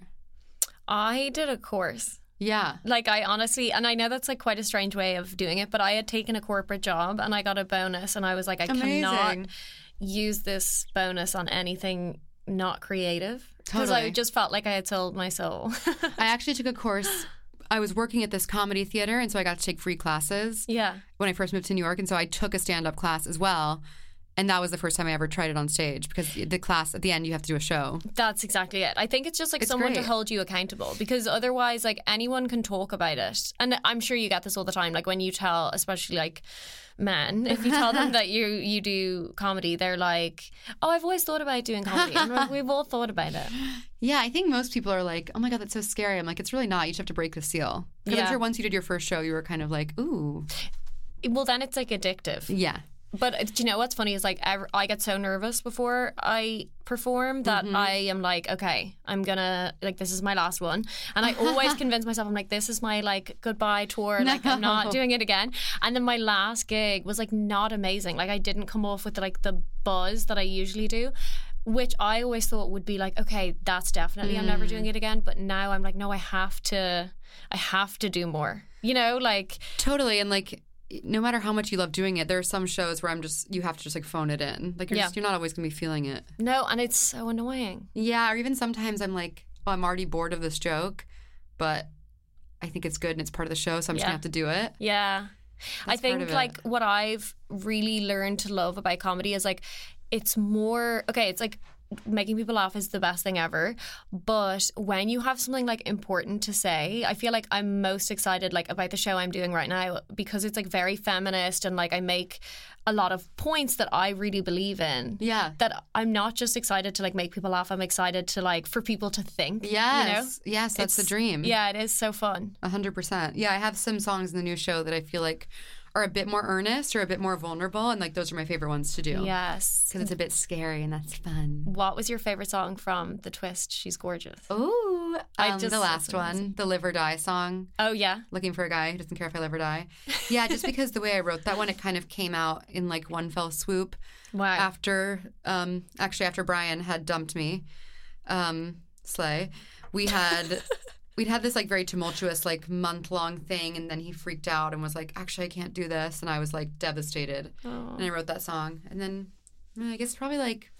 I did a course. Yeah. Like I honestly, and I know that's like quite a strange way of doing it, but I had taken a corporate job and I got a bonus, and I was like, I cannot Amazing. use this bonus on anything not creative because I Totally. just felt like I had sold my soul. I actually took a course. I was working at this comedy theater, and so I got to take free classes yeah. when I first moved to New York. And so I took a stand up class as well. And that was the first time I ever tried it on stage because the class at the end, you have to do a show. That's exactly it. I think it's just like It's someone great. to hold you accountable because otherwise, like anyone can talk about it. And I'm sure you get this all the time. Like when you tell, especially like men, if you tell them that you you do comedy, they're like, "Oh, I've always thought about doing comedy." And like, we've all thought about it. Yeah, I think most people are like, oh my God, that's so scary. I'm like, it's really not. You just have to break the seal. Because I'm Yeah. sure once you did your first show, you were kind of like, ooh, Well, then it's like addictive. yeah. But uh, do you know what's funny is like ev- I get so nervous before I perform that I am like, okay, I'm gonna like this is my last one, and I always convince myself I'm like this is my like goodbye tour, like I'm not doing it again. And then my last gig was like not amazing, like I didn't come off with like the buzz that I usually do. Which I always thought would be like, okay, that's definitely I'm never doing it again. But now I'm like, no, I have to, I have to do more. You know, like Totally. And like, no matter how much you love doing it, there are some shows where I'm just, you have to just like phone it in. Like, you're, Yeah. just, you're not always going to be feeling it. no, and it's so annoying. Yeah, or even sometimes I'm like, oh, I'm already bored of this joke, but I think it's good and it's part of the show, so I'm just Yeah. gonna have to do it. Yeah. I That's part think of it. like what I've really learned to love about comedy is like it's more okay, it's like making people laugh is the best thing ever, but when you have something like important to say, I feel like I'm most excited like about the show I'm doing right now because it's like very feminist and like I make a lot of points that I really believe in. Yeah. That I'm not just excited to like make people laugh, I'm excited to like for people to think. you know? Yes. Yes, that's the dream. Yeah, it is so fun. A hundred percent. Yeah, I have some songs in the new show that I feel like are a bit more earnest or a bit more vulnerable, and like those are my favorite ones to do. Yes. Because it's a bit scary and that's fun. What was your favorite song from The Twist? She's gorgeous. Ooh. I Um, just- the last one, the Live or Die song. Oh yeah, looking for a guy who doesn't care if I live or die. Yeah, just because the way I wrote that one, it kind of came out in like one fell swoop. Wow. After, um, actually, after Brian had dumped me, um, Slay, we had. We'd had this like very tumultuous like month long thing, and then he freaked out and was like, "Actually, I can't do this," and I was like devastated. Oh. And I wrote that song, and then uh, I guess probably like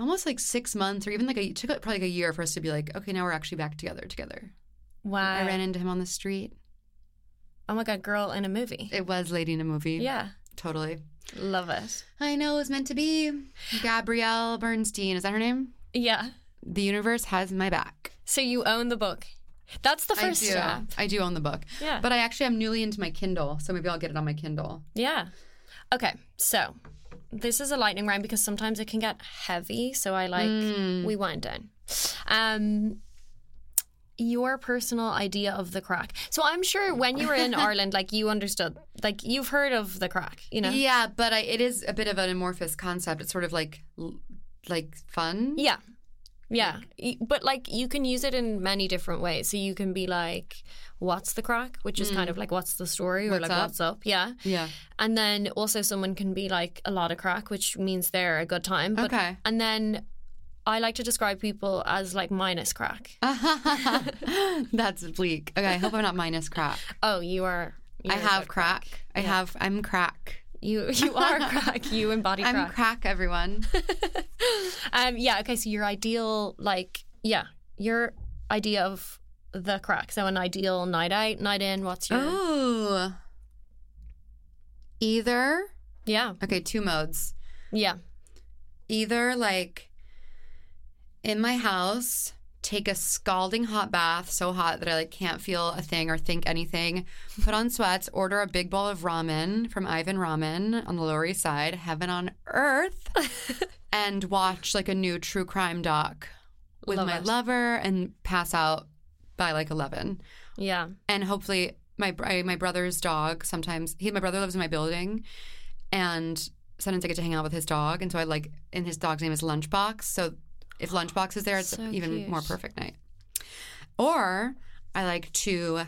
almost like six months or even like a, it took probably like a year for us to be like, "Okay, now we're actually back together together." wow! I ran into him on the street. oh my god, girl in a movie. It was Lady in a Movie. Yeah, Totally. love it. I know it was meant to be. Gabrielle Bernstein. Is that her name? Yeah. The universe has my back. So you own the book. That's the first I do. step. I do own the book. Yeah. But I actually am newly into my Kindle, so maybe I'll get it on my Kindle. Yeah. Okay. So this is a lightning round because sometimes it can get heavy. So I like we wind down. Um. Your personal idea of the crack. So I'm sure when you were in Ireland, like you understood, like you've heard of the crack, you know? Yeah, but I, it is a bit of an amorphous concept. It's sort of like l- like fun. Yeah. Yeah. Y- But like you can use it in many different ways. So you can be like, what's the crack? Which is kind of like, what's the story? Or What's like, up? Mm. what's up? Yeah. Yeah. And then also someone can be like, a lot of crack, which means they're a good time. But, Okay. And then I like to describe people as like minus crack. That's bleak. Okay, I hope I'm not minus crack. Oh, you are. I you're a have good- crack. I have I'm crack. You you are crack. You embody I'm crack. crack everyone. Um. Yeah. Okay. So your ideal, like, yeah, your idea of the crack. So an ideal night out, night in. What's your? Ooh. Either Yeah. okay, two modes. Yeah. Either like in my house, take a scalding hot bath, so hot that I like can't feel a thing or think anything. Put on sweats, order a big bowl of ramen from Ivan Ramen on the Lower East Side, heaven on earth, and watch like a new true crime doc with Love my it. lover and pass out by like eleven. Yeah. and hopefully my I- my brother's dog sometimes he my brother lives in my building and sometimes I get to hang out with his dog and so I like and his dog's name is Lunchbox so if Lunchbox is there it's So even cute. more perfect night or I like to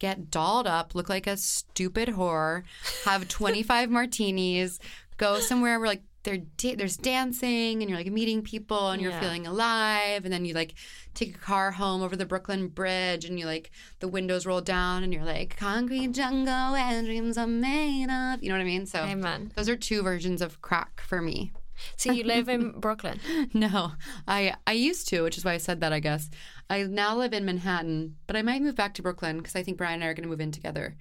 get dolled up look like a stupid whore have 25 martinis go somewhere where like there da- there's dancing and you're like meeting people and you're Yeah. feeling alive and then you like take a car home over the Brooklyn Bridge and you like the windows roll down and you're like concrete jungle and dreams are made of you know what I mean so Amen. those are two versions of crack for me So you live in Brooklyn. no, I I used to, which is why I said that. I guess I now live in Manhattan, but I might move back to Brooklyn because I think Brian and I are going to move in together,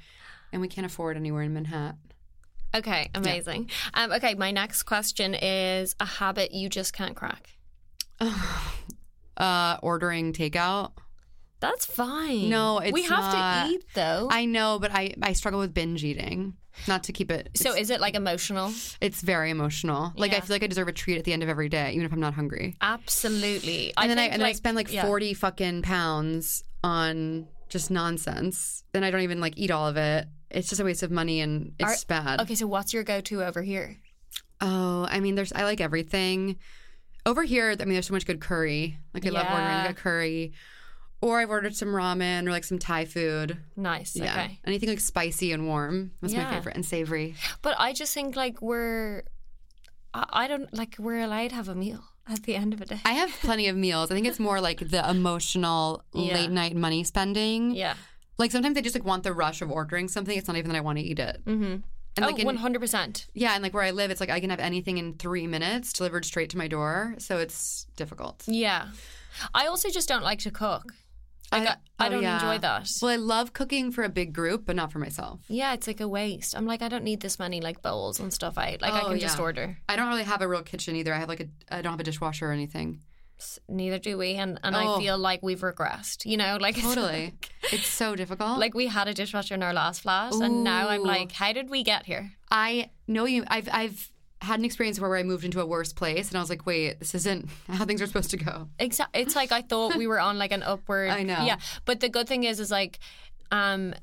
and we can't afford anywhere in Manhattan. Okay, amazing. Um, okay, my next question is a habit you just can't crack. Uh, ordering takeout. That's fine. No, it's we have not. to eat though. I know, but I I struggle with binge eating. Not to keep it. so is it like emotional? It's very emotional. Like I Yeah. feel like I deserve a treat at the end of every day, even if I'm not hungry. Absolutely. And then I and then I spend like yeah. forty fucking pounds on just nonsense. Then I don't even like eat all of it. It's just a waste of money and it's bad. Okay, so what's your go-to over here? Oh, I mean, there's I like everything. Over here, I mean, there's so much good curry. Like I love Yeah. ordering good curry, or I've ordered some ramen or like some Thai food. Nice. Yeah, Okay. anything like spicy and warm. That's Yeah. my favorite and savory. But I just think like we're, I, I don't like we're allowed to have a meal at the end of a day. I have plenty of meals. I think it's more like the emotional Yeah. late night money spending. yeah. Like sometimes I just like want the rush of ordering something. It's not even that I want to eat it. Mm-hmm. Oh, And like in, one hundred percent. yeah, and like where I live, it's like I can have anything in three minutes delivered straight to my door. So it's difficult. Yeah. I also just don't like to cook. Like, I, I oh, don't yeah. enjoy that. Well, I love cooking for a big group, but not for myself. Yeah, it's like a waste. I'm like, I don't need this many like bowls and stuff. I like, I Oh, can just yeah. order. I don't really have a real kitchen either. I have like a I don't have a dishwasher or anything. S- Neither do we, and and I Oh. feel like we've regressed. You know, like Totally. it's so difficult. like we had a dishwasher in our last flat, and now I'm Ooh. like, how did we get here? I know you I've I've had an experience where I moved into a worse place and I was like, wait, this isn't how things are supposed to go. Exactly. It's like I thought we were on like an upward. I know. Yeah, but the good thing is, is like, um,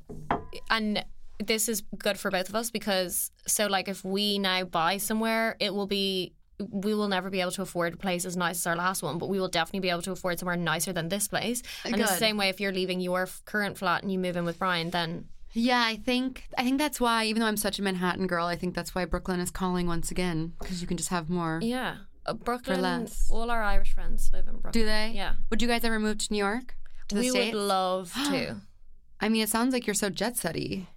and this is good for both of us because so like if we now buy somewhere, it will be. We will never be able to afford a place as nice as our last one, but we will definitely be able to afford somewhere nicer than this place. And it's the Good. same way if you're leaving your f- current flat and you move in with Brian, then Yeah, I think I think that's why, even though I'm such a Manhattan girl, I think that's why Brooklyn is calling once again because you can just have more. yeah, Uh, Brooklyn. less. All our Irish friends live in Brooklyn. Do they? Yeah. Would you guys ever move to New York? To the we States? would love to. I mean, it sounds like you're so jet setty.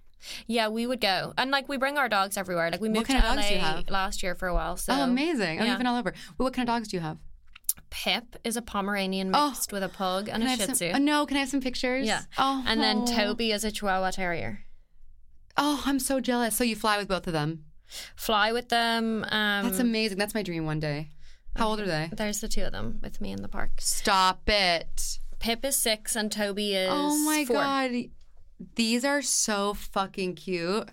Yeah, we would go, and like we bring our dogs everywhere. Like we moved kind to of dogs do you LA have? last year for a while. So Oh, amazing. I'm yeah. even all over. Well, what kind of dogs do you have? Pip is a Pomeranian Oh. mixed with a pug and Can I a have Shih some- Tzu. oh, no, can I have some pictures? yeah, Oh, and then oh. Toby is a Chihuahua Terrier. Oh, I'm so jealous. So you fly with both of them. Fly with them. Um, That's amazing. That's my dream one day. How old are they? there's the two of them with me in the parks. Stop it. Pip is six and Toby is. Oh my four. god. These are so fucking cute.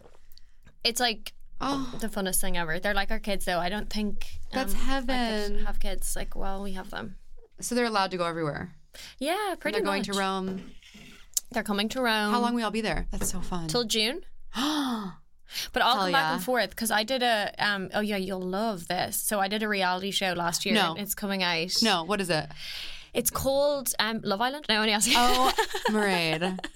It's like Oh, the funnest thing ever. They're like our kids, though. I don't think um, That's I could heaven. have kids like well, we have them. so they're allowed to go everywhere. Yeah, pretty They're going much. to Rome. They're coming to Rome. How long will y'all be there? That's so fun. till June? oh, But I'll Hell come back yeah. and forth because I did a um oh yeah you'll love this so I did a reality show last year No. and it's coming out no, what is it? it's called um Love Island no one else Oh, Maraid.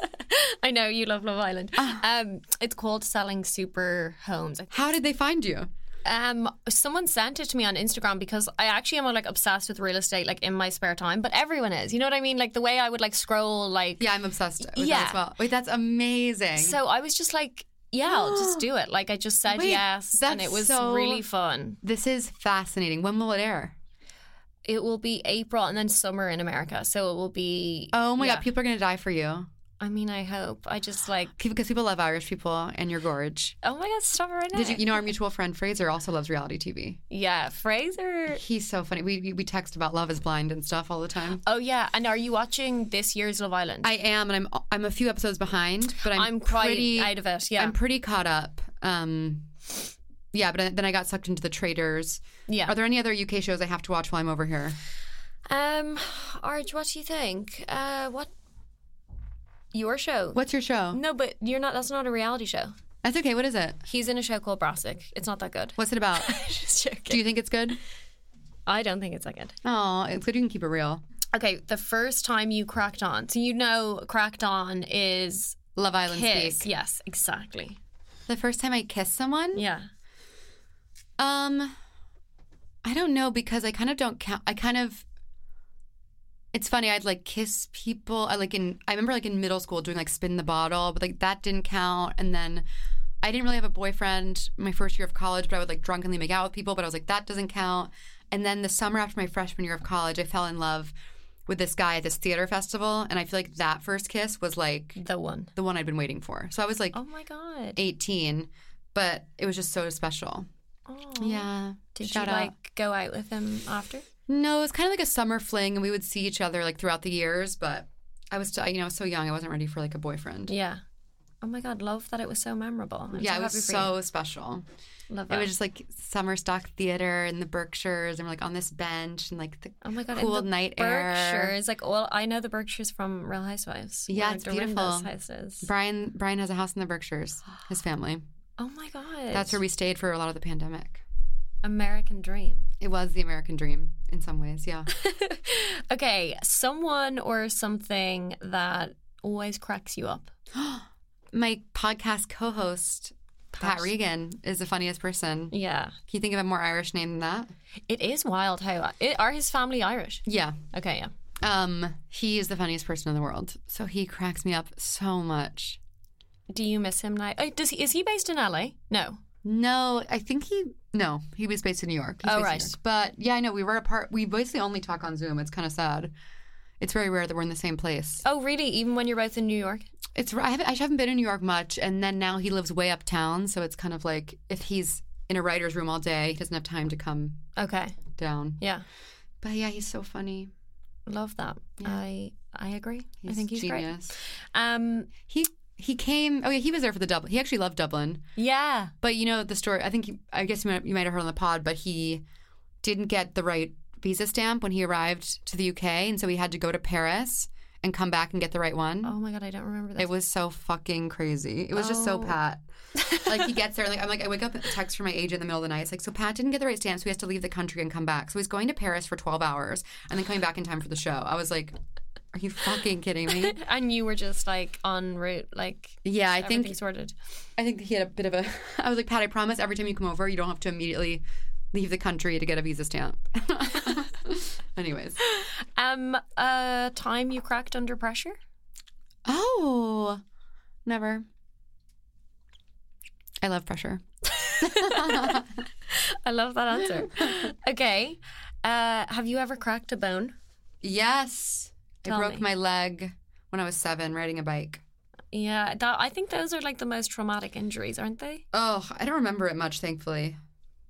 I know you love Love Island Ah. um it's called Selling Super Homes How did they find you? um someone sent it to me on Instagram because I actually am like obsessed with real estate like in my spare time but everyone is you know what I mean like the way I would like scroll like Yeah, I'm obsessed with Yeah. that as well. Wait, that's amazing. so I was just like yeah I'll just do it like I just said Wait, yes and that's it was so- really fun this is fascinating. When will it air? It will be April and then summer in America. So it will be. Oh my yeah. god, people are gonna die for you. I mean, I hope. I just like. because people love Irish people and your gorge. Oh my God, stop it right now. Did you, you know our mutual friend Fraser also loves reality TV. Yeah, Fraser. He's so funny. We, we we text about Love Is Blind and stuff all the time. Oh yeah, and are you watching this year's Love Island? I am, and I'm I'm a few episodes behind, but I'm, I'm quite pretty out of it. Yeah, I'm pretty caught up. Um, yeah, but then I got sucked into the Traders. yeah. Are there any other UK shows I have to watch while I'm over here? um, Arj, what do you think? Uh, what? Your show? What's your show? No, but you're not. That's not a reality show. That's okay. What is it? He's in a show called Brassic. It's not that good. What's it about? just Do joking. you think it's good? I don't think it's that good. Oh, it's good. You can keep it real. Okay, the first time you cracked on. So you know, cracked on is Love Island kiss. speak. Yes, exactly. The first time I kissed someone, Yeah. Um, I don't know because I kind of don't count. I kind of. It's funny. I'd like kiss people. I like in. I remember like in middle school doing like spin the bottle, but like that didn't count. And then I didn't really have a boyfriend my first year of college, but I would like drunkenly make out with people. But I was like that doesn't count. And then the summer after my freshman year of college, I fell in love with this guy at this theater festival, and I feel like that first kiss was like The one. the one I'd been waiting for. So I was like Oh my god. 18, but it was just so special. Oh. Yeah. Did Shout you out. like go out with him after? No, it was kind of like a summer fling, and we would see each other like throughout the years. But I was, still, you know, so young. I wasn't ready for like a boyfriend. Yeah, Yeah. Oh my god, love that it was so memorable. I'm so it happy was for you. so special. love It that. was just like summer stock theater in the Berkshires, and we're like on this bench and like the oh my god, and cool the night air. Berkshires, like all I know the Berkshires from Real Housewives. Yeah, One it's of Dorinda's beautiful. Houses. Brian Brian has a house in the Berkshires. His family. Oh my god, That's where we stayed for a lot of the pandemic. American dream. It was the American dream in some ways. Yeah. Okay, someone or something that always cracks you up. My podcast co-host Pat Regan is the funniest person. Can Yeah, you think of a more Irish name than that? it is wild how it, are his family Irish. Yeah. Okay, yeah. Um, he is the funniest person in the world. So he cracks me up so much. Do you miss him now? Oh, does he is he based in LA? No. No, I think he no, he was based in New York. He's Oh, based in New right. York. But yeah, I know we were apart. We basically only talk on Zoom. It's kind of sad. It's very rare that we're in the same place. Oh, really? Even when you're both in New York? It's I haven't, I haven't been in New York much, and then now he lives way uptown, so it's kind of like if he's in a writer's room all day, he doesn't have time to come Okay. down. Yeah. But yeah, he's so funny. Love that. I I agree. He's I think he's great. genius. Um He he came. Oh yeah, he was there for the Dublin. He actually loved Dublin. yeah. But you know the story. I think you- I guess you might, you might have heard on the pod, but he didn't get the right visa stamp when he arrived to the UK, and so he had to go to Paris and come back and get the right one. Oh my god, I don't remember that. It was so fucking crazy. It was just so Pat. like he gets there, like I'm like I wake up a text from my agent in the middle of the night. It's like so Pat didn't get the right stamp, so he has to leave the country and come back. So he's going to Paris for 12 hours and then coming back in time for the show. I was like, are you fucking kidding me? and you were just like en route, like Yeah, I everything think sorted. I think he had a bit of a. I was like, Pat, I promise every time you come over, you don't have to immediately leave the country to get a visa stamp. Anyways. Um uh time you cracked under pressure? Oh, never. I love pressure. I love that answer. okay. Uh have you ever cracked a bone? Yes. Tell I broke me. my leg when I was seven riding a bike. Yeah, that I think those are like the most traumatic injuries, aren't they? Oh, I don't remember it much, thankfully. Oh,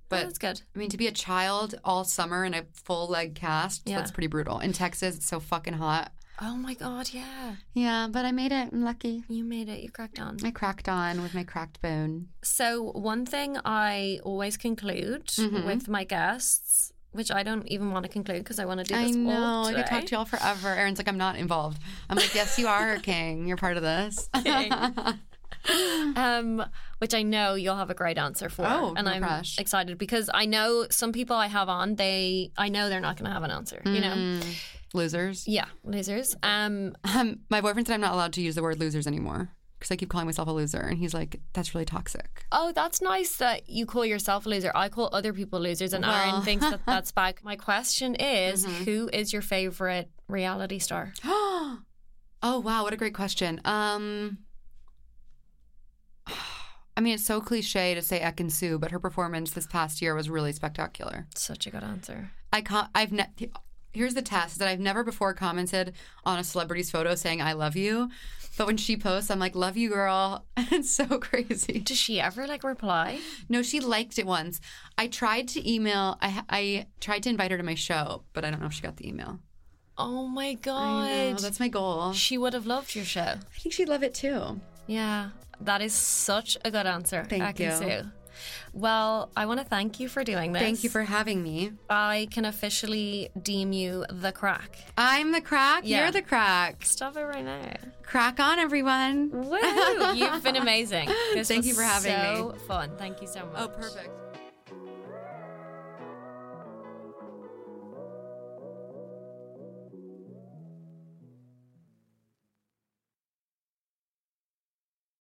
But that's good. I mean, to be a child all summer in a full leg cast, Yeah. that's pretty brutal. In Texas, it's so fucking hot. Oh my god, yeah. Yeah, but I made it. I'm lucky. You made it. You cracked on. I cracked on with my cracked bone. So, one thing I always conclude Mm-hmm. with my guests, which I don't even want to conclude because I want to do I this know. all I today. could talk to y'all forever. Aaron's like, I'm not involved. I'm like, yes, you are, King. You're part of this. um, which I know you'll have a great answer for. Oh, and no I'm crush. excited because I know some people I have on, they I know they're not going to have an answer, you Mm. know. losers. Yeah, losers. Um, Um, my boyfriend said I'm not allowed to use the word losers anymore because I keep calling myself a loser, and he's like, that's really toxic. oh, that's nice that you call yourself a loser. I call other people losers, and Aaron thinks that that's bad. My question is, Mm-hmm. who is your favorite reality star? oh wow, what a great question. Um, I mean, it's so cliche to say Ek and Sue, but her performance this past year was really spectacular. Such a good answer. I can't. I've ne- here's the test that I've never before commented on a celebrity's photo saying "I love you," but when she posts, I'm like "Love you, girl." it's so crazy. Does she ever like reply? No, she liked it once. I tried to email. I I tried to invite her to my show, but I don't know if she got the email. Oh my I know, god. that's my goal. She would have loved your show. I think she'd love it too. Yeah. That is such a good answer. Thank I can you. see. Well, I want to thank you for doing this. Thank you for having me. I can officially deem you the crack. I'm the crack. Yeah. You're the crack. Stop it right now. Crack on, everyone. Woo! You've been amazing. This Thank was you for having so fun. Thank you so much. Oh, perfect.